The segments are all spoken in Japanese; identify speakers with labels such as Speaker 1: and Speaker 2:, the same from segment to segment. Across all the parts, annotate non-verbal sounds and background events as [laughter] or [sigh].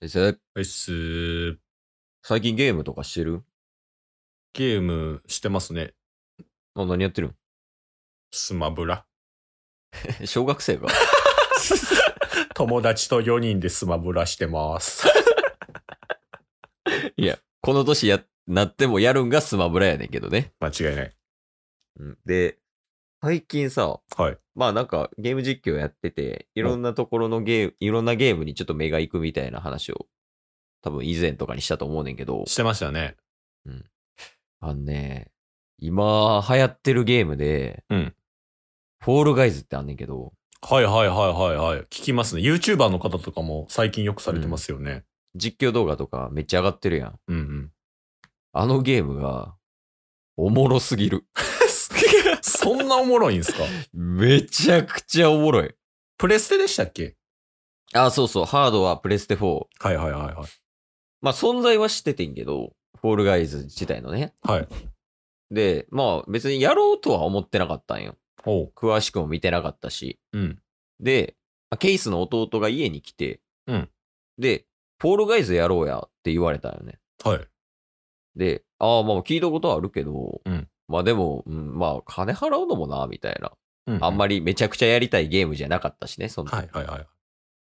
Speaker 1: えせ
Speaker 2: はいっすー
Speaker 1: 最近ゲームとかしてる
Speaker 2: ゲームしてますね。
Speaker 1: あ何やってるん [laughs]
Speaker 2: スマブラ。
Speaker 1: 小学生が
Speaker 2: [laughs] 友達と4人でスマブラしてます。
Speaker 1: この年や、なってもやるんがスマブラやねんけどね。
Speaker 2: [laughs] 間違いない。
Speaker 1: うんで、最近さ、
Speaker 2: はい。
Speaker 1: まあなんかゲーム実況やってて、いろんなところのゲーム、いろんなゲームにちょっと目が行くみたいな話を、多分以前とかにしたと思うねんけど、
Speaker 2: してましたね。
Speaker 1: あのね、今流行ってるゲームで、
Speaker 2: うん
Speaker 1: フォールガイズってあんねんけど、
Speaker 2: はいはいはいはいはい。聞きますね。YouTuber の方とかも最近よくされてますよね。
Speaker 1: 実況動画とかめっちゃ上がってるやん。
Speaker 2: うんうん。 [laughs]
Speaker 1: あのゲームが、おもろすぎる。
Speaker 2: そんなおもろいんすか
Speaker 1: めちゃくちゃおもろい。
Speaker 2: [laughs] プレステでしたっけ
Speaker 1: あ、そうそう、ハードはプレステ4。
Speaker 2: はいはいはいはい。
Speaker 1: まあ存在は知っててんけど、フォールガイズ自体のね。
Speaker 2: はい。
Speaker 1: で、まあ別にやろうとは思ってなかったんよ。
Speaker 2: おう。
Speaker 1: 詳しくも見てなかったし。
Speaker 2: うん。
Speaker 1: で、まあケイスの弟が家に来て、
Speaker 2: うん
Speaker 1: で、フォールガイズやろうやって言われたんよね。
Speaker 2: はい。
Speaker 1: で、ああ、まあ聞いたことはあるけど、
Speaker 2: うん
Speaker 1: まあでも、うん、まあ金払うのもな、みたいな。
Speaker 2: う
Speaker 1: あんま
Speaker 2: り。
Speaker 1: りめちゃくちゃやりたいゲームじゃなかったしね、その時
Speaker 2: はいはいはい。
Speaker 1: っ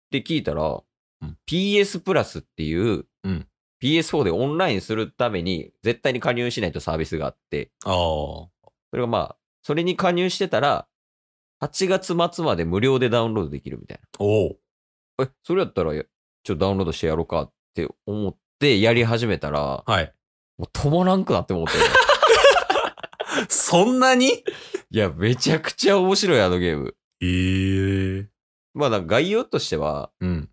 Speaker 1: て聞いたら、
Speaker 2: うん
Speaker 1: PS プラスっていう、
Speaker 2: うん
Speaker 1: PS4 でオンラインするために絶対に加入しないとサービスがあって、
Speaker 2: ああ。
Speaker 1: それがまあ、それに加入してたら、8月末まで無料でダウンロードできるみたい
Speaker 2: おう。
Speaker 1: な。え、それやったら、ちょっとダウンロードしてやろうかって思ってやり始めたら、
Speaker 2: はい。
Speaker 1: もう止まらんくなって
Speaker 2: [laughs]
Speaker 1: 思って。
Speaker 2: そんなに
Speaker 1: いや、めちゃくちゃ面白い、あのゲーム。
Speaker 2: ええ
Speaker 1: まあ、なんか概要としては、
Speaker 2: うん。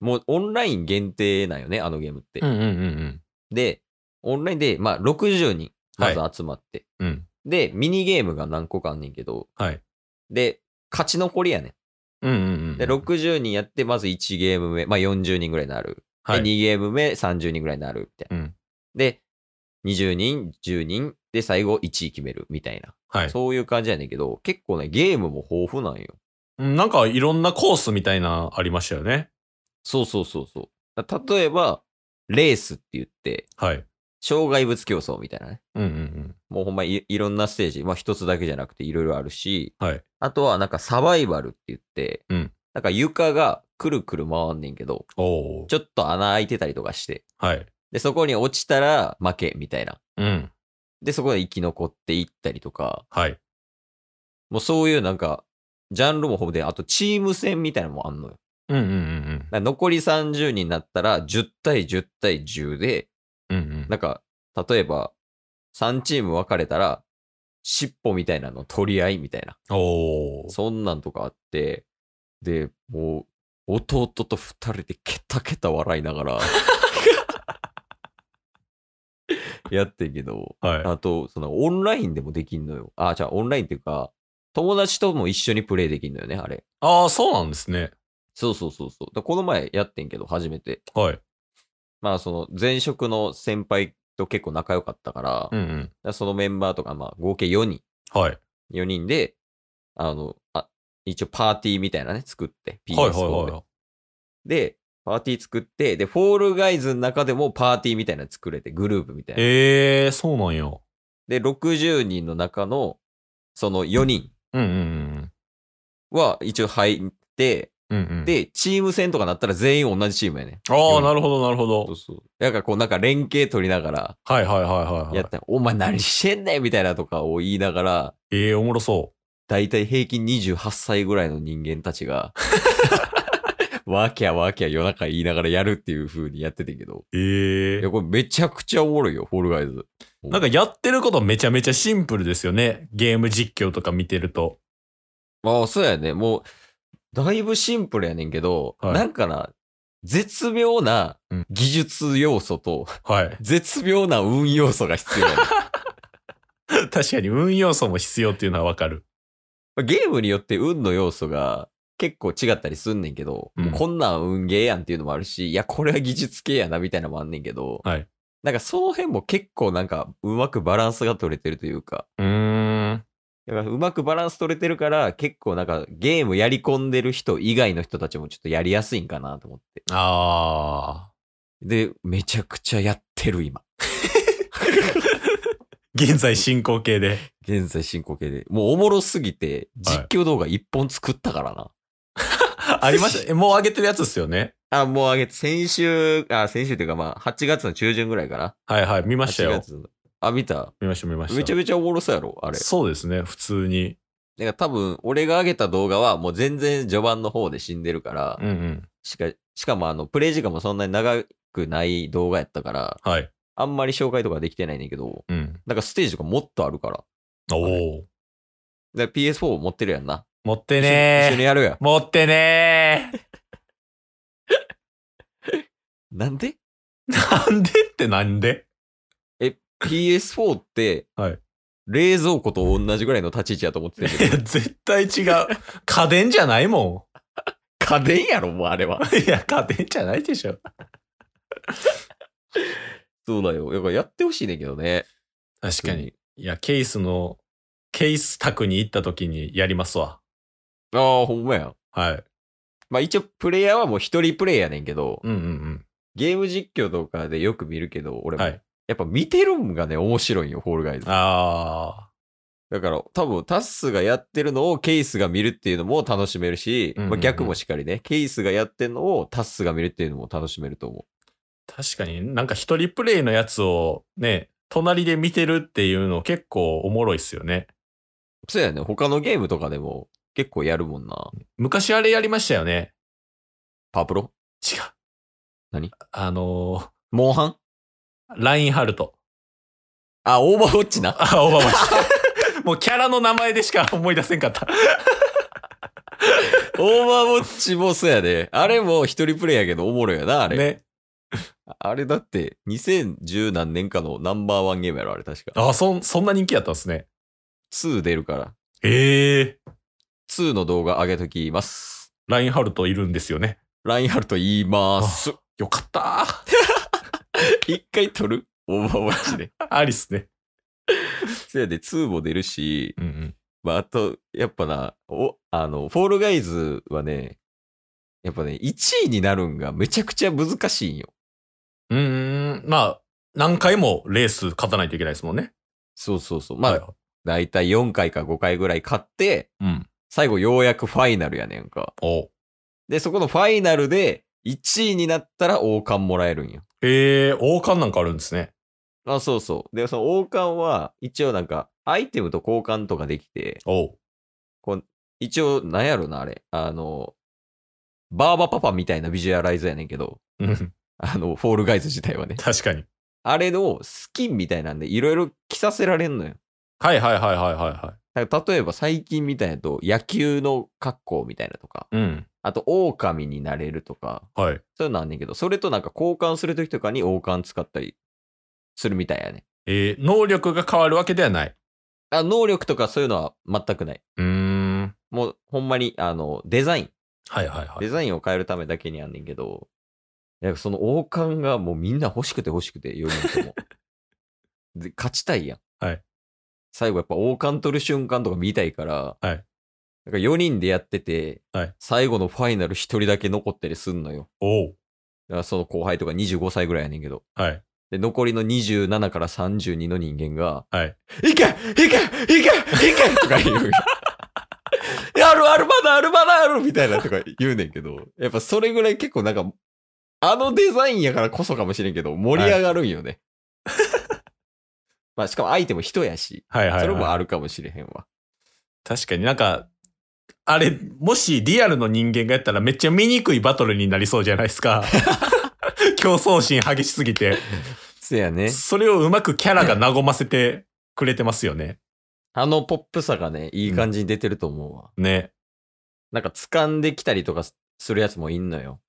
Speaker 1: もうオンライン限定なんよね、あのゲームって。
Speaker 2: うんうんうん
Speaker 1: で、オンラインで、まあ、60人、まず集まって、
Speaker 2: うん。うん。
Speaker 1: で、ミニゲームが何個かあんねんけど、
Speaker 2: はい。
Speaker 1: で、勝ち残りやね
Speaker 2: うんうんうん。
Speaker 1: ん。で、60人やって、まず1ゲーム目、まあ40人ぐらいになる。
Speaker 2: はい。
Speaker 1: で、2ゲーム目、30人ぐらいになる。みたいな。
Speaker 2: うん
Speaker 1: で、20人、10人、で、最後1位決める。みたいな。
Speaker 2: はい。
Speaker 1: そういう感じやねんけど、結構ね、ゲームも豊富なんよ。
Speaker 2: うんなんかいろんなコースみたいなありましたよね。
Speaker 1: そうそうそうそう。だ例えば、レースって言って、
Speaker 2: はい。
Speaker 1: 障害物競争みたいなね。
Speaker 2: うんうんうん。
Speaker 1: もうほんまいいろんなステージ、まあ一つだけじゃなくていろいろあるし、
Speaker 2: はい
Speaker 1: あとはなんかサバイバルって言って、
Speaker 2: うん
Speaker 1: なんか床がくるくる回んねんけど、
Speaker 2: おお。
Speaker 1: ちょっと穴開いてたりとかして、
Speaker 2: はい。
Speaker 1: で、そこに落ちたら負けみたいな。
Speaker 2: うん。
Speaker 1: で、そこで生き残っていったりとか、
Speaker 2: はい。
Speaker 1: もうそういうなんか、ジャンルもほぼで、あとチーム戦みたいなのもあんのよ。だか
Speaker 2: うんうんうん
Speaker 1: ら残り30人になったら10対10対10で、
Speaker 2: うん。うんう
Speaker 1: なんか、例えば3チーム分かれたら、尻尾みたいなの取り合いみたいな。
Speaker 2: ん。おお。
Speaker 1: そんなんとかあって、で、もう、弟と二人でケタケタ笑いな
Speaker 2: [laughs]
Speaker 1: がら、やってんけど、
Speaker 2: は
Speaker 1: あと、その、オンラインでもできんのよ。あ、じゃあ、オンラインっていうか、友達とも一緒にプレイできんのよね、あれ。
Speaker 2: い。ああ、そうなんですね。
Speaker 1: そうそうそうそう。だこの前やってんけど、初めて。
Speaker 2: はい。
Speaker 1: まあ、その、前職の先輩と結構仲良かったから、だ
Speaker 2: う
Speaker 1: か
Speaker 2: んうん。
Speaker 1: らそのメンバーとか、まあ、合計4人、
Speaker 2: はい。
Speaker 1: 4人で、あの、あ、一応パーティーみたいなね、作って、PS4 で。
Speaker 2: はいはいは
Speaker 1: で、パーティー作って、で、フォールガイズの中でもパーティーみたいなの作れて、グループみたい
Speaker 2: い。
Speaker 1: な。
Speaker 2: ええー、そうなんや。
Speaker 1: で、60人の中の、その4人
Speaker 2: うんうんうん
Speaker 1: は一応入って、
Speaker 2: うん。うんうん、
Speaker 1: で、チーム戦とかなったら全員同じチームやね。
Speaker 2: ああ、なるほどなるほ
Speaker 1: そう
Speaker 2: ど。
Speaker 1: そう。だからこうなんか連携取りながら
Speaker 2: はいはいはいはい、
Speaker 1: や
Speaker 2: はい
Speaker 1: っ。た、お前何してんねんみたいなとかを言いながら、
Speaker 2: ええー、おもろそ
Speaker 1: だいたい平均28歳ぐらいの人間たちが、 [laughs] ワーキャーワーキャー夜中言いながらやるっていう風にやっててんけど。
Speaker 2: う。ええ
Speaker 1: いや、
Speaker 2: ー。
Speaker 1: これめちゃくちゃおもろいよ、フォールガイズ。
Speaker 2: なんかやってることめちゃめちゃシンプルですよね。ゲーム実況とか見てると。
Speaker 1: ああ、そうやね。もう、だいぶシンプルやねんけど、
Speaker 2: はい
Speaker 1: なんかな、絶妙な
Speaker 2: うん
Speaker 1: 技術要素と、 [laughs]
Speaker 2: はい。
Speaker 1: 絶妙な運要素が必要やねん
Speaker 2: [laughs] 確かに運要素も必要っていうのはわかる。
Speaker 1: まあゲームによって運の要素が結構違ったりすんねんけど、
Speaker 2: うん
Speaker 1: もうこんなん運ゲーやんっていうのもあるし、いや、これは技術系やなみたいなのもあんねんけど、
Speaker 2: はい
Speaker 1: なんかその辺も結構なんかうまくバランスが取れてるというか、
Speaker 2: うーん。
Speaker 1: だからうまくバランス取れてるから、結構なんかゲームやり込んでる人以外の人たちもちょっとやりやすいんかなと思って。
Speaker 2: ああ。
Speaker 1: で、めちゃくちゃやってる今。
Speaker 2: 現在進行
Speaker 1: [laughs]
Speaker 2: 形で。
Speaker 1: 現在進行形で。もうおもろすぎて、
Speaker 2: はい
Speaker 1: 実況動画一本作ったからな。
Speaker 2: ありました。えもう上げてるやつですよね。
Speaker 1: あ、もうあげて、先週、あ、先週というかまあ、8月の中旬ぐらいかな。
Speaker 2: はいはい。見ました
Speaker 1: 8
Speaker 2: よ。
Speaker 1: 月の。あ、見た
Speaker 2: 見ました見ました。
Speaker 1: めちゃめちゃおもろそうやろ、あれ。
Speaker 2: そうですね。普通に。
Speaker 1: なんか多分、俺が上げた動画はもう全然序盤の方で死んでるから、
Speaker 2: うんうん。
Speaker 1: しか、しかもあの、プレイ時間もそんなに長くない動画やったから、
Speaker 2: はい。
Speaker 1: あんまり紹介とかできてないねんけど、
Speaker 2: うん。
Speaker 1: なんかステージとかもっとあるから。
Speaker 2: おお。
Speaker 1: だから PS4 持ってるやんな。
Speaker 2: 持って
Speaker 1: 一緒一緒に
Speaker 2: ねー。
Speaker 1: やるや。
Speaker 2: 持ってねー。
Speaker 1: なんで
Speaker 2: なんでってなんで
Speaker 1: ?PS4 って、
Speaker 2: はい
Speaker 1: 冷蔵庫と同じぐらいの立ち位置やと思ってたけ
Speaker 2: [laughs]
Speaker 1: ど、
Speaker 2: 絶対違う。家電じゃないも
Speaker 1: 家電やろ、もうあれは。
Speaker 2: ん。いや、家電じゃないでしょ。
Speaker 1: そうだよ。やっぱやってほしいねんけどね。
Speaker 2: 確かに。いや、ケースの、ケース宅に行った時にやりますわ。
Speaker 1: ああ、ほんまやん。
Speaker 2: はい。
Speaker 1: まあ一応、プレイヤーはもう一人プレイやねんけど、
Speaker 2: うんうんうん。
Speaker 1: ゲーム実況とかでよく見るけど、俺も、
Speaker 2: はい
Speaker 1: やっぱ見てるんがね、面白いんよ、ホールガイズ。
Speaker 2: あ
Speaker 1: だから、多分、タッスがやってるのをケイスが見るっていうのも楽しめるし、
Speaker 2: うんうんうん
Speaker 1: まあ、逆もしっかりね、ケイスがやってるのをタッスが見るっていうのも楽しめると思
Speaker 2: ー。確かになんか一人プレイのやつをね、隣で見てるっていうの結構おもろいっすよね。
Speaker 1: う。そうやね、他のゲームとかでも結構やるもんな。
Speaker 2: 昔あれやりましたよね。
Speaker 1: パワプロ
Speaker 2: 違う。
Speaker 1: 何
Speaker 2: あの
Speaker 1: モンハン
Speaker 2: ー、ラインハルト。
Speaker 1: あ、オーバーウォッチな。
Speaker 2: あ、オバマ氏。
Speaker 1: [laughs]
Speaker 2: もうキャラの名前でしか思い出せんかった。
Speaker 1: オーバーウォッチもそうやで、あれも一人プレイやけどおもろいよな、あれ。
Speaker 2: ね。
Speaker 1: あれだって、2010何年かのナンバーワンゲームやろ、あれ確か。
Speaker 2: あ、そん、そんな人気やったんですね。
Speaker 1: 2出るから。
Speaker 2: ええ
Speaker 1: 2の動画上げときます。
Speaker 2: ラインハルトいるんですよね。
Speaker 1: ラインハルト言います。
Speaker 2: よかった
Speaker 1: 一回撮るオーバーウォッチで。
Speaker 2: ー。ありっすね。
Speaker 1: せやで2も出るし、
Speaker 2: うんうん。
Speaker 1: まあ、あと、やっぱな、お、あの、フォールガイズはね、やっぱね、1位になるんがめちゃくちゃ難しいんよ。
Speaker 2: うーん、まあ、何回もレース勝たないといけないですもんね。
Speaker 1: そうそうそう。まあ、
Speaker 2: はい
Speaker 1: だいたい4回か5回ぐらい勝って、
Speaker 2: うん。
Speaker 1: 最後ようやくファイナルやねんか。
Speaker 2: お
Speaker 1: で、そこのファイナルで1位になったら王冠もらえるんよ。
Speaker 2: ええー、王冠なんかあるんですね。
Speaker 1: あ、そうそう。で、その王冠は、一応なんか、アイテムと交換とかできて、
Speaker 2: おう。
Speaker 1: 一応、なんやろな、あれ。あの、バーバパパみたいなビジュアライズやねんけど、
Speaker 2: うん、 [laughs]
Speaker 1: あの、フォールガイズ自体はね。
Speaker 2: 確かに。
Speaker 1: あれのスキンみたいなんで、いろいろ着させられんのよ。
Speaker 2: はいはいはいはいはいは
Speaker 1: だから例えば最近みたいなと、野球の格好みたいなとか、
Speaker 2: い。うん。
Speaker 1: あと、狼になれるとか、
Speaker 2: はい。
Speaker 1: そういうのあんねんけど、それとなんか交換するときとかに王冠使ったりするみたいやね。
Speaker 2: えー、能力が変わるわけではない。
Speaker 1: あ能力とかそういうのは全くない。
Speaker 2: うーん。
Speaker 1: もう、ほんまに、あの、デザイン。
Speaker 2: はいはいは
Speaker 1: デ
Speaker 2: い。
Speaker 1: ザインを変えるためだけにあんねんけど、いやその王冠がもうみんな欲しくて欲しくて、4人
Speaker 2: [laughs]
Speaker 1: とも。で、勝ちたいやん。
Speaker 2: はい
Speaker 1: 最後やっぱ王冠取る瞬間とか見たいから、
Speaker 2: はい
Speaker 1: なんか4人でやってて、
Speaker 2: はい
Speaker 1: 最後のファイナル1人だけ残ったりすんのよ。
Speaker 2: おう。
Speaker 1: だからその後輩とか25歳ぐらいやねんけど。
Speaker 2: はい。 [laughs]
Speaker 1: で、残りの27から32の人間が、
Speaker 2: はい。
Speaker 1: いけいけいけいけとか
Speaker 2: [laughs]
Speaker 1: 言う。あるあるまだあるまだあるみたいなとか言うねんけど、やっぱそれぐらい結構なんか、あのデザインやからこそかもしれんけど、盛り上がるんよ
Speaker 2: [laughs]
Speaker 1: ね。まあしかも相手も人やし、
Speaker 2: はいはい、はい。
Speaker 1: それもあるかもしれへんわ。
Speaker 2: 確かになんか、あれ、もしリアルの人間がやったらめっちゃ醜いバトルになりそうじゃないです [laughs] か。競争心激しすぎて。
Speaker 1: せやね。
Speaker 2: それをうまくキャラが和ませてくれてますよね。
Speaker 1: あのポップさがね、いい感じに出てると思うわ。
Speaker 2: ね。
Speaker 1: なんか掴んできたりとかするやつもいんのよ。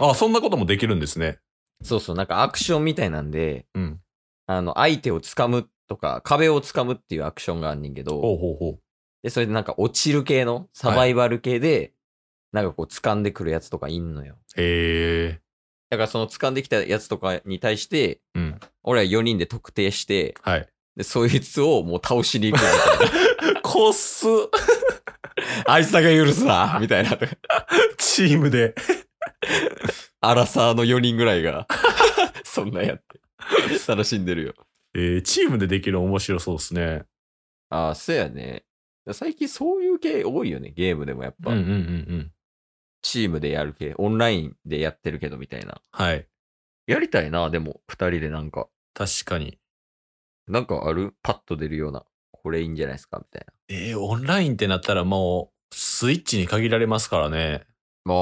Speaker 2: あ、そんなこともできるんですね。
Speaker 1: そうそう、なんかアクションみたいなんで、
Speaker 2: うん。
Speaker 1: あの、相手を掴むとか、壁を掴むっていうアクションがあんねんけど、
Speaker 2: ほうほうほう。
Speaker 1: で、それでなんか落ちる系の、サバイバル系で、なんかこう掴んでくるやつとかいんのよ。
Speaker 2: へえ。
Speaker 1: だからその掴んできたやつとかに対して、
Speaker 2: うん。
Speaker 1: 俺は4人で特定して、
Speaker 2: はい。
Speaker 1: で、そいつをもう倒しに行くみた
Speaker 2: [laughs]
Speaker 1: い
Speaker 2: コス
Speaker 1: な。あいつだけ許すなみたいな。
Speaker 2: チームで。
Speaker 1: アラサーの4人ぐらいが。 [laughs] そんなんやって。楽しんでるよ。
Speaker 2: えーチームでできるの面白そうですね。
Speaker 1: ああ、そうやね。最近そういう系多いよね、ゲームでもやっぱ。
Speaker 2: うんうんうんうん。
Speaker 1: チームでやる系、オンラインでやってるけどみたいな。
Speaker 2: はい。
Speaker 1: やりたいな、でも、二人でなんか、
Speaker 2: 確かに。
Speaker 1: なんかあるパッと出るような、これいいんじゃないですかみたいな。
Speaker 2: えーオンラインってなったらもう、スイッチに限られますからね。
Speaker 1: まあ、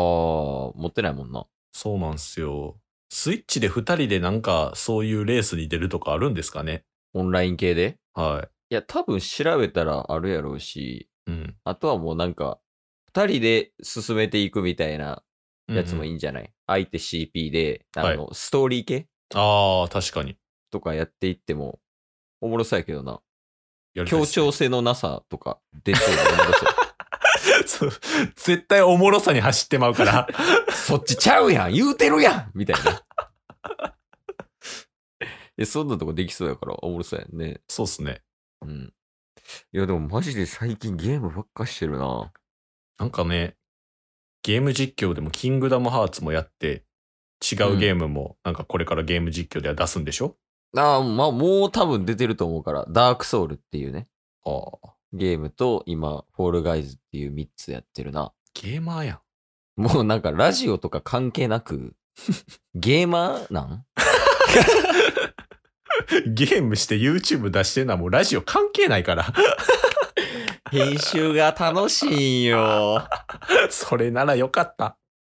Speaker 1: 持ってないもんな。
Speaker 2: そうなんすよ。スイッチで2人でなんか、そういうレースに出るとかあるんですかね。
Speaker 1: オンライン系で
Speaker 2: はい
Speaker 1: や、多分調べたらあるやろうし、
Speaker 2: い。うん。
Speaker 1: あとはもうなんか、二人で進めていくみたいなやつもい
Speaker 2: い。
Speaker 1: いんじゃない、相手 CP で、あの、
Speaker 2: は
Speaker 1: ストーリー系
Speaker 2: ああ、確かに。
Speaker 1: とかやっていっても、おもろそうやけどな。
Speaker 2: やりたいっ
Speaker 1: 協
Speaker 2: すね
Speaker 1: 調性のなさとか出そうでおもろそう
Speaker 2: [laughs] そう絶対おもろさに走ってま
Speaker 1: [laughs]
Speaker 2: うから。
Speaker 1: そっちちゃうやん言うてるやんみたいな。 [laughs] え、そんなとこできそうやから、おもろそうやんね。
Speaker 2: そうっすね。
Speaker 1: うん。いや、でもマジで最近ゲームばっかしてるな。
Speaker 2: なんかね、ゲーム実況でもキングダムハーツもやって、違うゲームも、なんかこれからゲーム実況では出すんでしょ
Speaker 1: ああ、まあ、もう多分出てると思うから、ダークソウルっていうね、
Speaker 2: ああ、
Speaker 1: ゲームと今、フォールガイズっていう3つやってるな。
Speaker 2: ゲーマーやん。
Speaker 1: もうなんかラジオとか関係な [laughs] く、ゲーマーなん
Speaker 2: [laughs] ゲームして YouTube 出してんのはもうラジオ関係ないから。 [laughs]
Speaker 1: 編集が楽しいんよ。
Speaker 2: それならよかった。